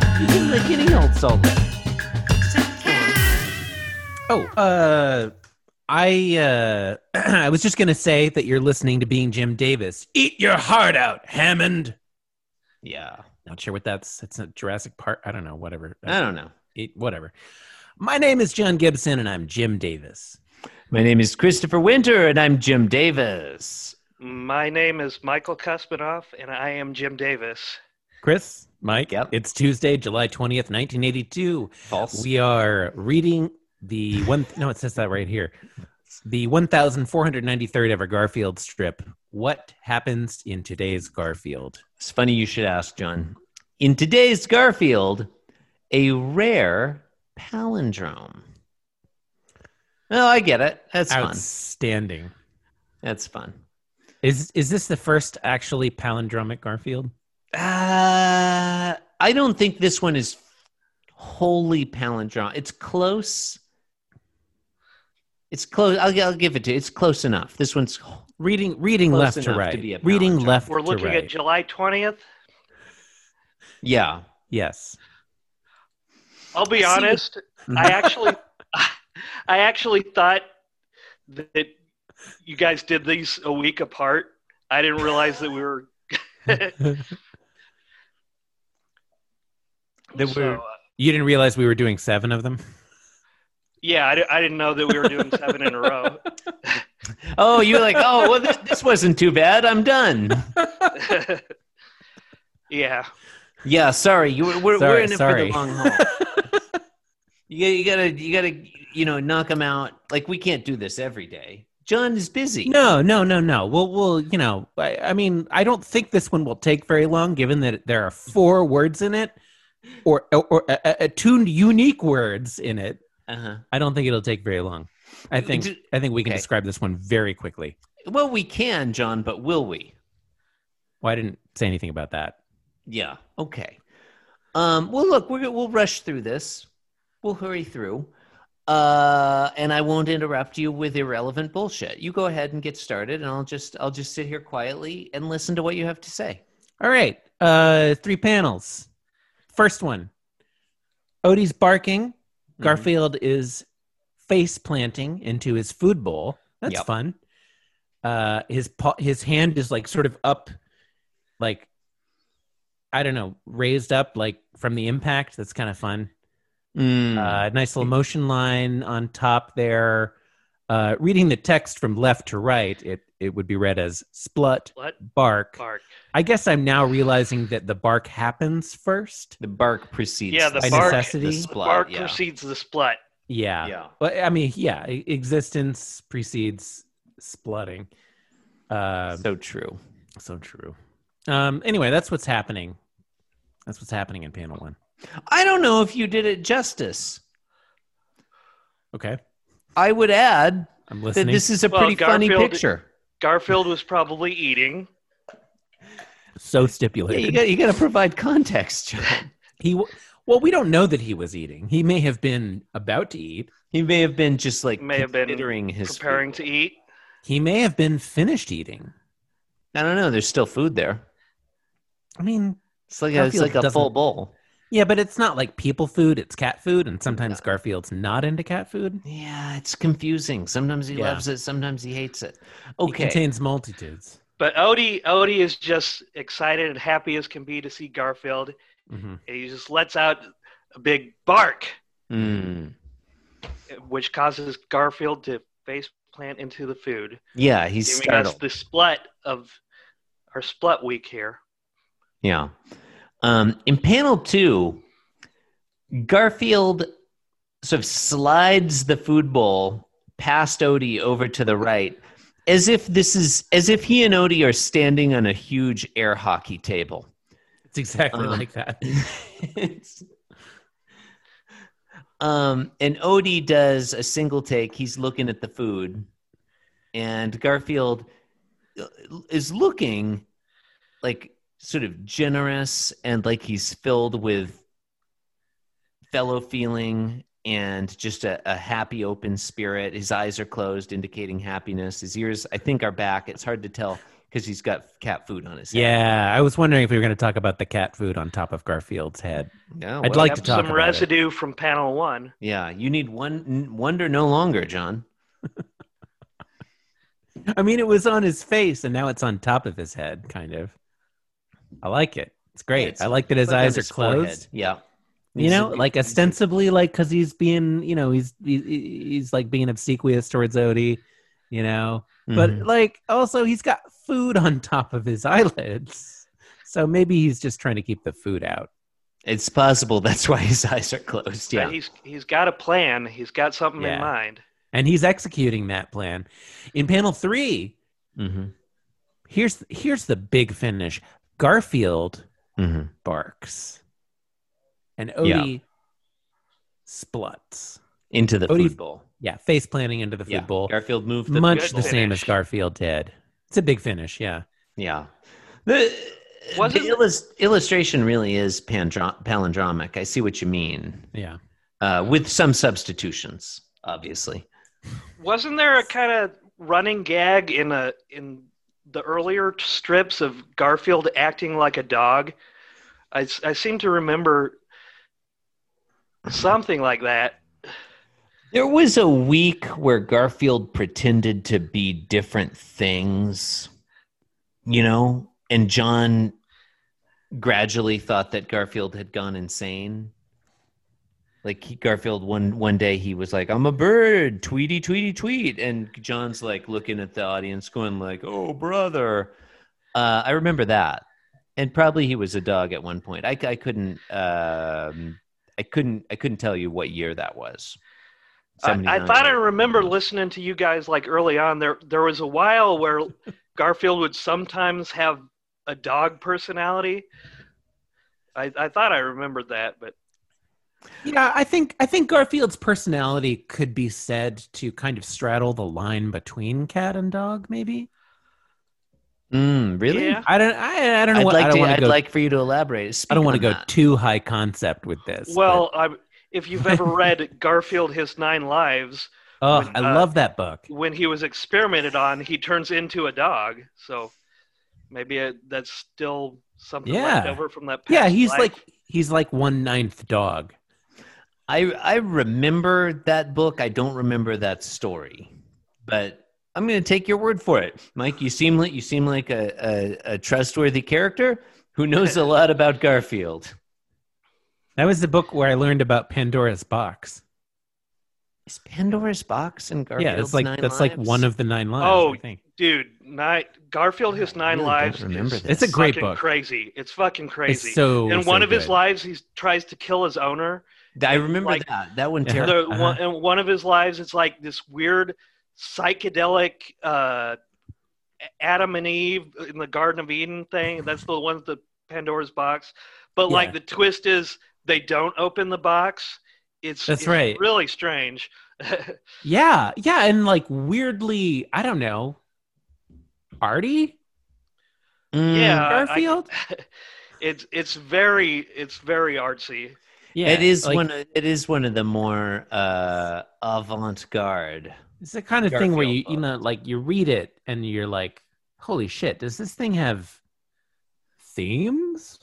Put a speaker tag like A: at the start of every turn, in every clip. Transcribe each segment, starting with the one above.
A: make any old solo. Oh, uh, I uh, I was just gonna say that you're listening to Being Jim Davis. Eat your heart out, Hammond.
B: Yeah.
A: Not sure what that's. It's a Jurassic Park. I don't know. Whatever.
B: I don't know.
A: Eat, whatever. My name is John Gibson, and I'm Jim Davis.
B: My name is Christopher Winter, and I'm Jim Davis.
C: My name is Michael Kuspinoff, and I am Jim Davis.
A: Chris, Mike.
B: Yep.
A: It's Tuesday, July twentieth, nineteen eighty-two.
B: False.
A: We are reading the one. no, it says that right here. The one thousand four hundred ninety-third ever Garfield strip. What happens in today's Garfield?
B: It's funny you should ask, John. In today's Garfield, a rare palindrome. Well, I get it. That's fun.
A: Outstanding.
B: That's fun.
A: Is is this the first actually palindromic Garfield?
B: Uh, I don't think this one is wholly palindrome. It's close. It's close. I'll, I'll give it to you. It's close enough. This one's
A: Reading reading
B: Close
A: left to
B: enough
A: right.
B: to be a
A: reading
B: palindrome.
A: left
C: We're
A: to
C: looking
A: right.
C: at July 20th.
B: yeah.
A: yes.
C: I'll be
B: I see.
C: honest. I actually, I actually thought that you guys did these a week apart. I didn't realize that we were.
A: That
C: so,
A: we're-
C: uh,
A: You didn't realize we were doing seven of them.
C: yeah, I, di- I didn't know that we were doing seven in a row.
B: Oh, you're like, oh, well, this, this wasn't too bad. I'm done.
C: yeah,
B: Yeah, sorry. You we're, we're
A: Sorry,
B: in it for
A: sorry.
B: the long haul. you, you gotta you gotta you know knock them out. Like we can't do this every day. John is busy.
A: No, no, no, no. Well, well, you know, I, I mean, I don't think this one will take very long, given that there are four words in it, or or uh, uh, two unique words in it.
B: Uh-huh.
A: I don't think it'll take very long. I think
B: Do-
A: I think we can
B: okay.
A: describe this one very quickly.
B: Well, we can, John, but will we?
A: Well, I didn't say anything about that.
B: Yeah. Okay. Um, well, look, we're, gonna- we'll rush through this. We'll hurry through, uh, and I won't interrupt you with irrelevant bullshit. You go ahead and get started, and I'll just I'll just sit here quietly and listen to what you have to say.
A: All right. Uh, three panels. First one Odie's barking.
B: Mm-hmm.
A: Garfield is face planting into his food bowl. That's
B: Yep.
A: fun. Uh, his paw, his hand is like sort of up, like I don't know, raised up like from the impact. That's kind of fun.
B: Mm.
A: Uh, nice little motion line on top there. Uh, reading the text from left to right, it it would be read as splut
C: what
A: bark.
C: bark?
A: I guess I'm now realizing that the bark happens first.
B: the bark precedes.
C: Yeah, the
A: By
C: bark-
A: necessity?
B: the
C: The
B: splat,
C: bark
B: yeah.
C: precedes the splut.
A: Yeah.
B: yeah.
A: Well, I mean, yeah, e- existence precedes splutting. Um, so,
B: so true.
A: true. Um, anyway, that's what's happening. That's what's happening in panel one.
B: I don't know if you did it justice.
A: Okay.
B: I would add
A: I'm
B: that
A: listening.
B: this is a
C: Well,
B: pretty funny
C: Garfield-
B: picture.
C: Garfield was probably eating.
A: so
B: Yeah, you
A: stipulated.
B: got you got to provide context. John.
A: he, w- well, we don't know that he was eating. He may have been about to eat.
B: He may have been just like
C: May have been
B: considering his
C: preparing
B: food.
C: to eat.
A: He may have been finished eating.
B: I don't know. There's still food there.
A: I mean,
B: It's like a, it's
A: Garfield
B: like a
A: doesn't-
B: full bowl.
A: yeah, but it's not like people food, it's cat food. And sometimes Garfield's not into cat food.
B: Yeah, it's confusing. Sometimes he
A: Yeah.
B: loves it. Sometimes he hates it.
A: It
B: Okay.
A: contains multitudes.
C: But Odie, Odie is just excited and happy as can be to see Garfield.
A: Mhm.
C: And he just lets out a big bark,
B: Mm.
C: which causes Garfield to face plant into the food,
B: Yeah, he's
C: giving us
B: startled.
C: the splut of our splut week here.
B: Yeah. Um, in panel two, Garfield sort of slides the food bowl past Odie over to the right, as if this is as if he and Odie are standing on a huge air hockey table.
A: It's exactly
B: Um,
A: like that.
B: It's- um, and Odie does a single take. He's looking at the food, and Garfield uh, is looking like sort of generous and like he's filled with fellow feeling and just a, a happy open spirit his eyes are closed indicating happiness his ears i think are back it's hard to tell because he's got cat food on his head.
A: Yeah, I was wondering if we were going to talk about the cat food on top of Garfield's head.
B: No,
A: I'd
B: well,
A: like to
C: Yep,
A: talk
C: some
A: about it.
C: residue from panel one.
B: Yeah, you need one n- wonder no longer, John.
A: I mean, it was on his face, and now it's on top of his head, kind of. I like it. It's great.
B: It's
A: I like that his
B: Like on
A: eyes are
B: his forehead.
A: closed.
B: Yeah,
A: You know,
B: He's-
A: like
B: he's-
A: ostensibly, like because he's being, you know, he's he, he- he's like being obsequious towards Odie, you know. But
B: Mhm.
A: like, also, he's got food on top of his eyelids, so maybe he's just trying to keep the food out.
B: it's possible that's why his eyes are closed.
C: Yeah.
B: Yeah,
C: he's he's got a plan. He's got something
A: Yeah.
C: in mind.
A: and he's executing that plan in panel three
B: hmm
A: here's here's the big finish garfield
B: hmm
A: barks and odie spluts
B: into the
A: Odie-
B: food bowl.
A: yeah face planting into the food
B: yeah,
A: bowl
B: Garfield moved the
A: much
C: Good
A: the same as
C: finish.
A: garfield did it's a big finish yeah
B: Yeah. The,
C: Wasn't
B: the
C: it-
B: illus- illustration really is pandro- palindromic. I see what you mean,
A: yeah
B: uh, with some substitutions, obviously.
C: Wasn't there a kind of running gag in a in the earlier strips of Garfield acting like a dog? I, s- I seem to remember something like that.
B: There was a week where Garfield pretended to be different things, you know, and John gradually thought that Garfield had gone insane. Like he, Garfield, one one day he was like, "I'm a bird, Tweety Tweety Tweet," and John's like looking at the audience, going like, "Oh brother," uh, I remember that, and probably he was a dog at one point. I, c- I couldn't, um, I couldn't, I couldn't tell you what year that was.
C: I, I
B: 79.
C: thought I remember listening to you guys like early on. There there was a while where Garfield would sometimes have a dog personality. I, I thought I remembered that, but
A: yeah i think i think garfield's personality could be said to kind of straddle the line between cat and dog maybe
B: Mm, really?
C: Yeah.
A: i don't i, I don't know
B: I'd
A: what
B: like
A: i don't
B: to.
A: want
B: I'd
A: to go
B: like for you to elaborate.
A: i don't want to go
B: Speak
A: too high concept with this but-
C: well, I'm, if you've ever read Garfield His Nine Lives,
A: Oh,
C: When,
A: I
C: uh,
A: love that book.
C: when he was experimented on, he turns into a dog. So maybe uh that's still something
A: Yeah.
C: left over from that. Past
A: Yeah, he's
C: life.
A: like he's like one ninth dog.
B: on that. I I remember that book. I don't remember that story, but I'm going to take your word for it, Mike. You seem like you seem like a, a, a trustworthy character who knows a lot about Garfield.
A: That was the book where I learned about Pandora's box.
B: Is Pandora's box and Garfield's
A: yeah, it's like
B: Nine
A: that's like
B: Lives?
A: one of the nine lives.
C: Oh,
A: I think.
C: dude, nine, Garfield His
B: I
C: Nine
B: really don't
C: Lives.
B: remember
C: is
B: this.
A: It's a great
C: fucking
A: book.
C: Crazy. It's fucking crazy.
A: It's so
C: in one
A: so
C: of his
A: good.
C: lives, he tries to kill his owner.
B: I remember
C: like-
B: that. That one
A: Yeah.
B: terrified.
C: The,
A: Uh-huh.
C: one, in one of his lives, it's like this weird psychedelic uh, Adam and Eve in the Garden of Eden thing. That's the one with the Pandora's box. But
A: Yeah.
C: like the twist is they don't open the box. It's
A: That's
C: it's
A: right. Mm.
C: Really strange.
A: Yeah, yeah, and like weirdly, I don't know, arty
B: Mm.
C: yeah, I-
A: Garfield.
C: it's it's very it's very artsy.
A: yeah,
B: it is
A: like,
B: one. Of, it is one of the more uh, avant-garde.
A: It's the kind of thing where you
B: Garfield
A: you know like you read it and you're like, holy shit, does this thing have themes?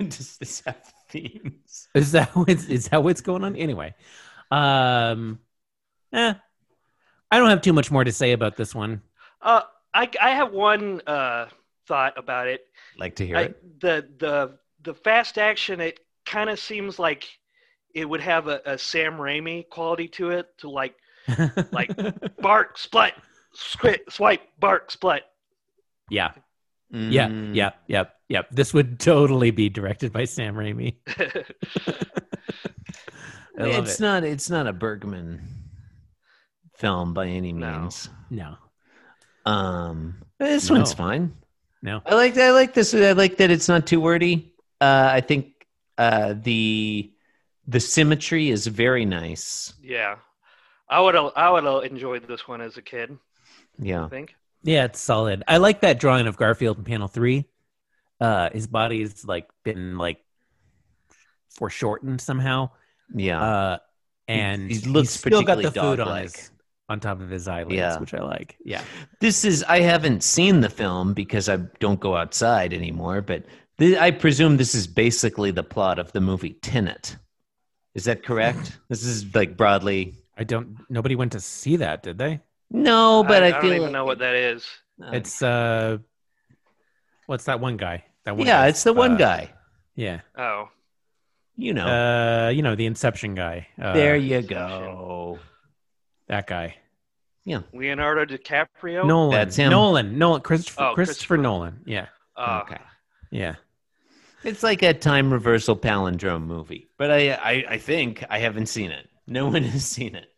B: Does this have themes?
A: Is that what's, is that what's going on? Anyway, um, eh, I don't have too much more to say about this one.
C: Uh, I I have one uh, thought about it.
B: Like to hear
C: I,
B: it.
C: the the the fast action it kind of seems like it would have a, a Sam Raimi quality to it to like Like- bark split squit swipe bark split
A: yeah, yeah,
B: Mm.
A: yeah, yeah, yeah. This would totally be directed by Sam Raimi. I love
B: It's
A: it.
B: not. It's not a Bergman film by any
C: No.
B: means.
A: No,
B: Um, this
A: No.
B: one's fine.
A: no.
B: I like. I like this. I like that it's not too wordy. Uh, I think uh, the the symmetry is very nice.
C: yeah I would have I would have enjoyed this one as a kid I
B: Yeah.
C: think
A: Yeah, it's solid. I like that drawing of Garfield in panel three. Uh, his body's like been like foreshortened somehow.
B: Yeah.
A: Uh, and
B: he looks
A: Uh, he's still got
B: particularly
A: the food on
B: dog-like.
A: his on top of his eyelids,
B: Yeah.
A: which I like. Yeah.
B: This is I haven't seen the film because I don't go outside anymore, but th- I presume this is basically the plot of the movie Tenet. Is that correct? this is like broadly.
A: I don't. Nobody went to see that, did they?
B: No, Oh, but I,
C: I
B: feel
C: don't even
B: like-
C: know what that is.
B: Uh,
A: It's uh, what's that one guy? That one.
B: yeah,
A: guy's,
B: it's the one
A: uh,
B: guy.
A: Yeah.
C: Oh,
B: You know,
A: Uh, you know the Inception guy. Uh,
B: there you go.
A: That guy.
C: Leonardo DiCaprio.
A: Nolan.
B: That's him.
A: Nolan. Nolan. Christopher.
C: Oh,
A: Christopher
C: Christopher.
A: Nolan. Yeah.
C: Uh,
B: okay,
A: Ah. Yeah.
B: it's like a time reversal palindrome movie, but I, I, I think I haven't seen it. No one has seen it.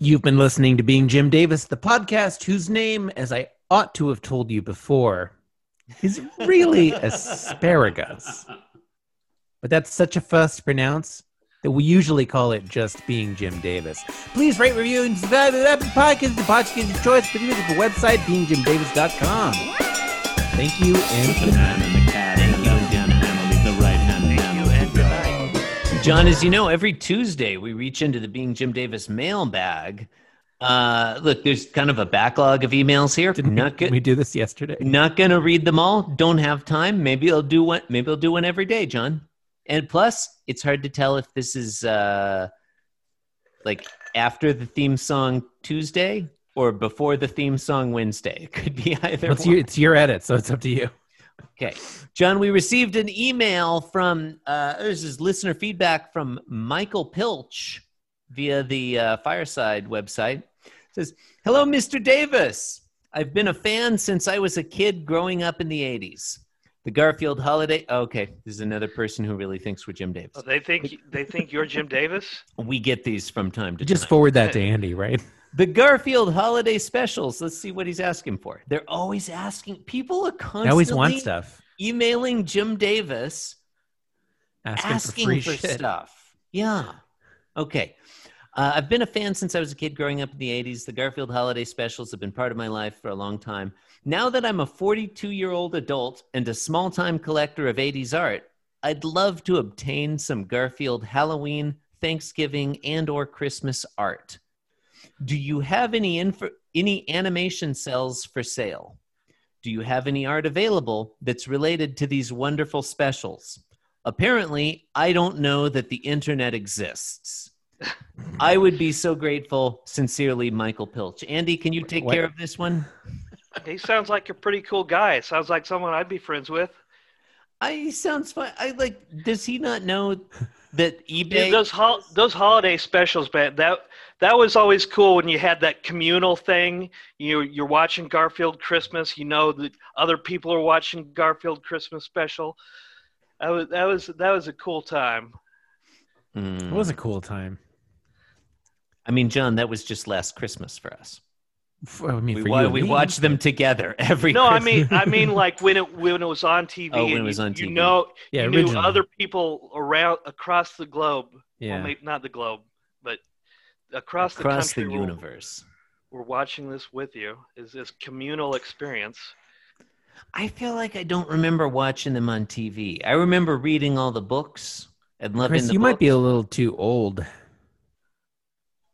A: You've been listening to Being Jim Davis, the podcast whose name, as I ought to have told you before, is really asparagus. But that's such a fuss to pronounce that we usually call it just Being Jim Davis. Please rate, review, and subscribe to the Apple Podcast, the podcast of your choice, but visit the website, beingjimdavis.com. Thank you and
D: The man and the cat and the young damn hand leave the right hand down.
C: and good night.
B: John, as you know, every Tuesday we reach into the Being Jim Davis mailbag. Uh, look, there's kind of a backlog of emails here.
A: didn't
B: not
A: we,
B: good.
A: we do this yesterday?
B: Not gonna read them all. Don't have time. Maybe I'll do one. Maybe I'll do one every day, John. And plus, it's hard to tell if this is uh, like after the theme song Tuesday or before the theme song Wednesday. It could be either.
A: It's
B: one.
A: your, it's your edit, so it's up to you.
B: Okay, John, we received an email from uh, this is listener feedback from Michael Pilch via the uh, Fireside website. It says, "Hello, Mr. Davis. I've been a fan since I was a kid growing up in the '80s. The Garfield holiday. Okay, this is another person who really thinks we're Jim Davis.
C: Oh, they think they think you're Jim Davis.
B: We get these from time to
A: Just
B: time.
A: forward that to Andy, right?
B: the Garfield holiday specials. Let's see what he's asking for. They're always asking. People are
A: I
B: constantly
A: always want stuff.
B: emailing Jim Davis."
A: Asking,
B: asking,
A: for free
B: for,
A: shit.
B: stuff. Yeah. Okay. Uh, I've been a fan since I was a kid growing up in the 80s. The Garfield holiday specials have been part of my life for a long time. Now that I'm a 42 year old adult and a small time collector of 80s art, I'd love to obtain some Garfield Halloween, Thanksgiving, and or Christmas art. Do you have any info, any animation cells for sale? Do you have any art available that's related to these wonderful specials? Apparently, I don't know that the internet exists. I would be so grateful. Sincerely, Michael Pilch. Andy, can you take
A: What?
B: care of this one?
C: He sounds like a pretty cool guy. Sounds like someone I'd be friends with.
B: I he sounds fine. I like. Does he not know that
C: Dude,
B: eBay?
C: those hol- those holiday specials, man. That that was always cool when you had that communal thing. You you're watching Garfield Christmas. You know that other people are watching Garfield Christmas special. That was that was that was a cool time.
A: It
B: Mm.
A: was a cool time.
B: I mean, John, that was just last Christmas for us.
A: F- I mean,
B: We,
A: for
B: wa-
A: you and
B: we
A: me.
B: watched them together every.
C: No, I
B: Christmas.
C: mean I mean like when it when it was on TV.
B: Oh, when
C: and
B: it was
C: you,
B: on
C: You
B: TV.
C: know,
A: Yeah,
C: you
A: originally.
C: knew other people around across the globe. Well,
A: yeah.
C: maybe not the globe, but across,
B: across
C: the
B: the,
C: country. were-
B: universe.
C: we're watching this with you is this communal experience.
B: I feel like I don't remember watching them on TV. I remember reading all the books and loving.
A: Chris,
B: the
A: you might be
B: books.
A: a little too old.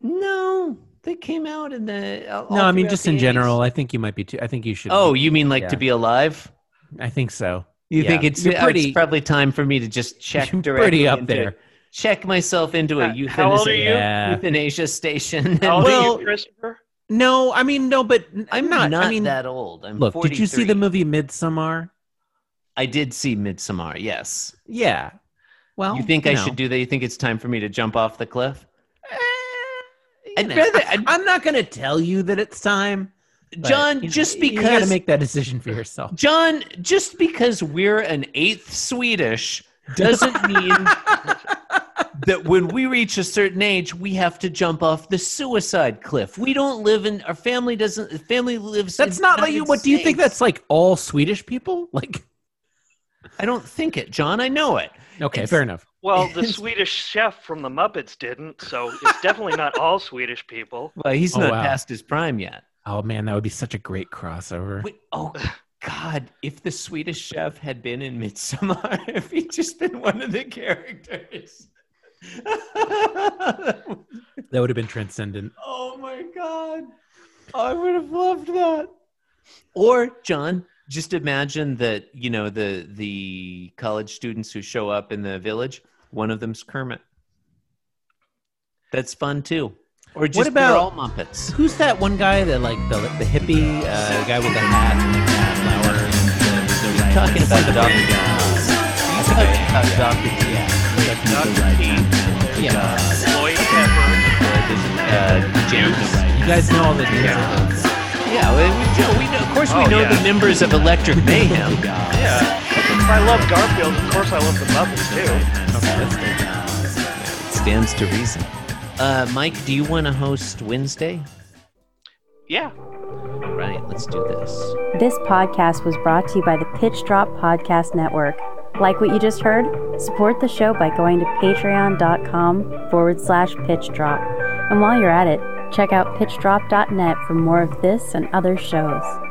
B: No, they came out in the. uh, all-
A: No,
B: all
A: I mean
B: throughout
A: just
B: the
A: in
B: 80s.
A: general. I think you might be too. I think you should.
B: Oh, you mean like
A: Yeah.
B: to be alive?
A: I think so.
B: You
A: Yeah.
B: think it's,
A: You're
B: oh,
A: pretty-
B: it's probably time for me to just check
A: You're
B: directly
A: pretty up
B: into-
A: there.
B: Check myself into a
C: Uh, How-
B: euthanasia,
C: how old are you?
A: Yeah.
B: euthanasia station.
C: How old
B: well,
C: are you, Christopher?
A: No, I mean no, but n-
B: I'm
A: not.
B: not,
A: I mean,
B: that old. I'm
A: look, did you see the
B: 43.
A: movie Midsommar?
B: I did see Midsommar. Yes.
A: Yeah. Well,
B: you think I
A: Oh, no.
B: should do that? You think it's time for me to jump off the cliff?
A: Eh, you
B: I'd
A: know.
B: rather. I'd,
A: I'm not going to tell you that it's time, but,
B: John,
A: you know,
B: just
A: you gotta
B: because
A: make that decision for yourself.
B: John, just because we're an eighth Swedish doesn't mean that when we reach a certain age, we have to jump off the suicide cliff. We don't live in our family doesn't the family lives. in
A: That's not like you.
B: United
A: What do you think?
B: States.
A: That's like all Swedish people? Like,
B: I don't think it, John. I know it.
A: okay,
B: It's-
A: fair enough.
C: Well, the Swedish chef from the Muppets didn't, so it's definitely not all Swedish people.
B: Well, he's
A: Oh,
B: not
A: wow.
B: past his prime yet.
A: Oh man, that would be such a great crossover.
B: Wait, oh God! If the Swedish chef had been in Midsummer, if he'd just been one of the characters,
A: That would have been transcendent.
B: oh my god. I would have loved that. Or John, just imagine that, you know, the the college students who show up in the village, one of them's Kermit. That's fun too. Or just
A: about-
B: they're all Muppets.
A: Who's that one guy that like the the hippie uh, guy with the hat and the flower?
B: Talking about Dr.
A: Yeah,
C: Lloyd Pepper.
B: Uh, James.
A: you guys know all the names. of those.
B: Yeah, well, we, Joe, we know, of course we
C: Oh,
B: know
C: yeah.
B: the members of Electric Mayhem.
C: Yeah. If I love Garfield, of course I love the Muppets too.
B: stands to reason. Uh, Mike, do you want to host Wednesday?
C: Yeah.
B: All right, let's do this.
E: This podcast was brought to you by the Pitch Drop Podcast Network. Like what you just heard? Support the show by going to patreon.com forward slash pitch drop. And while you're at it, check out pitchdrop.net for more of this and other shows.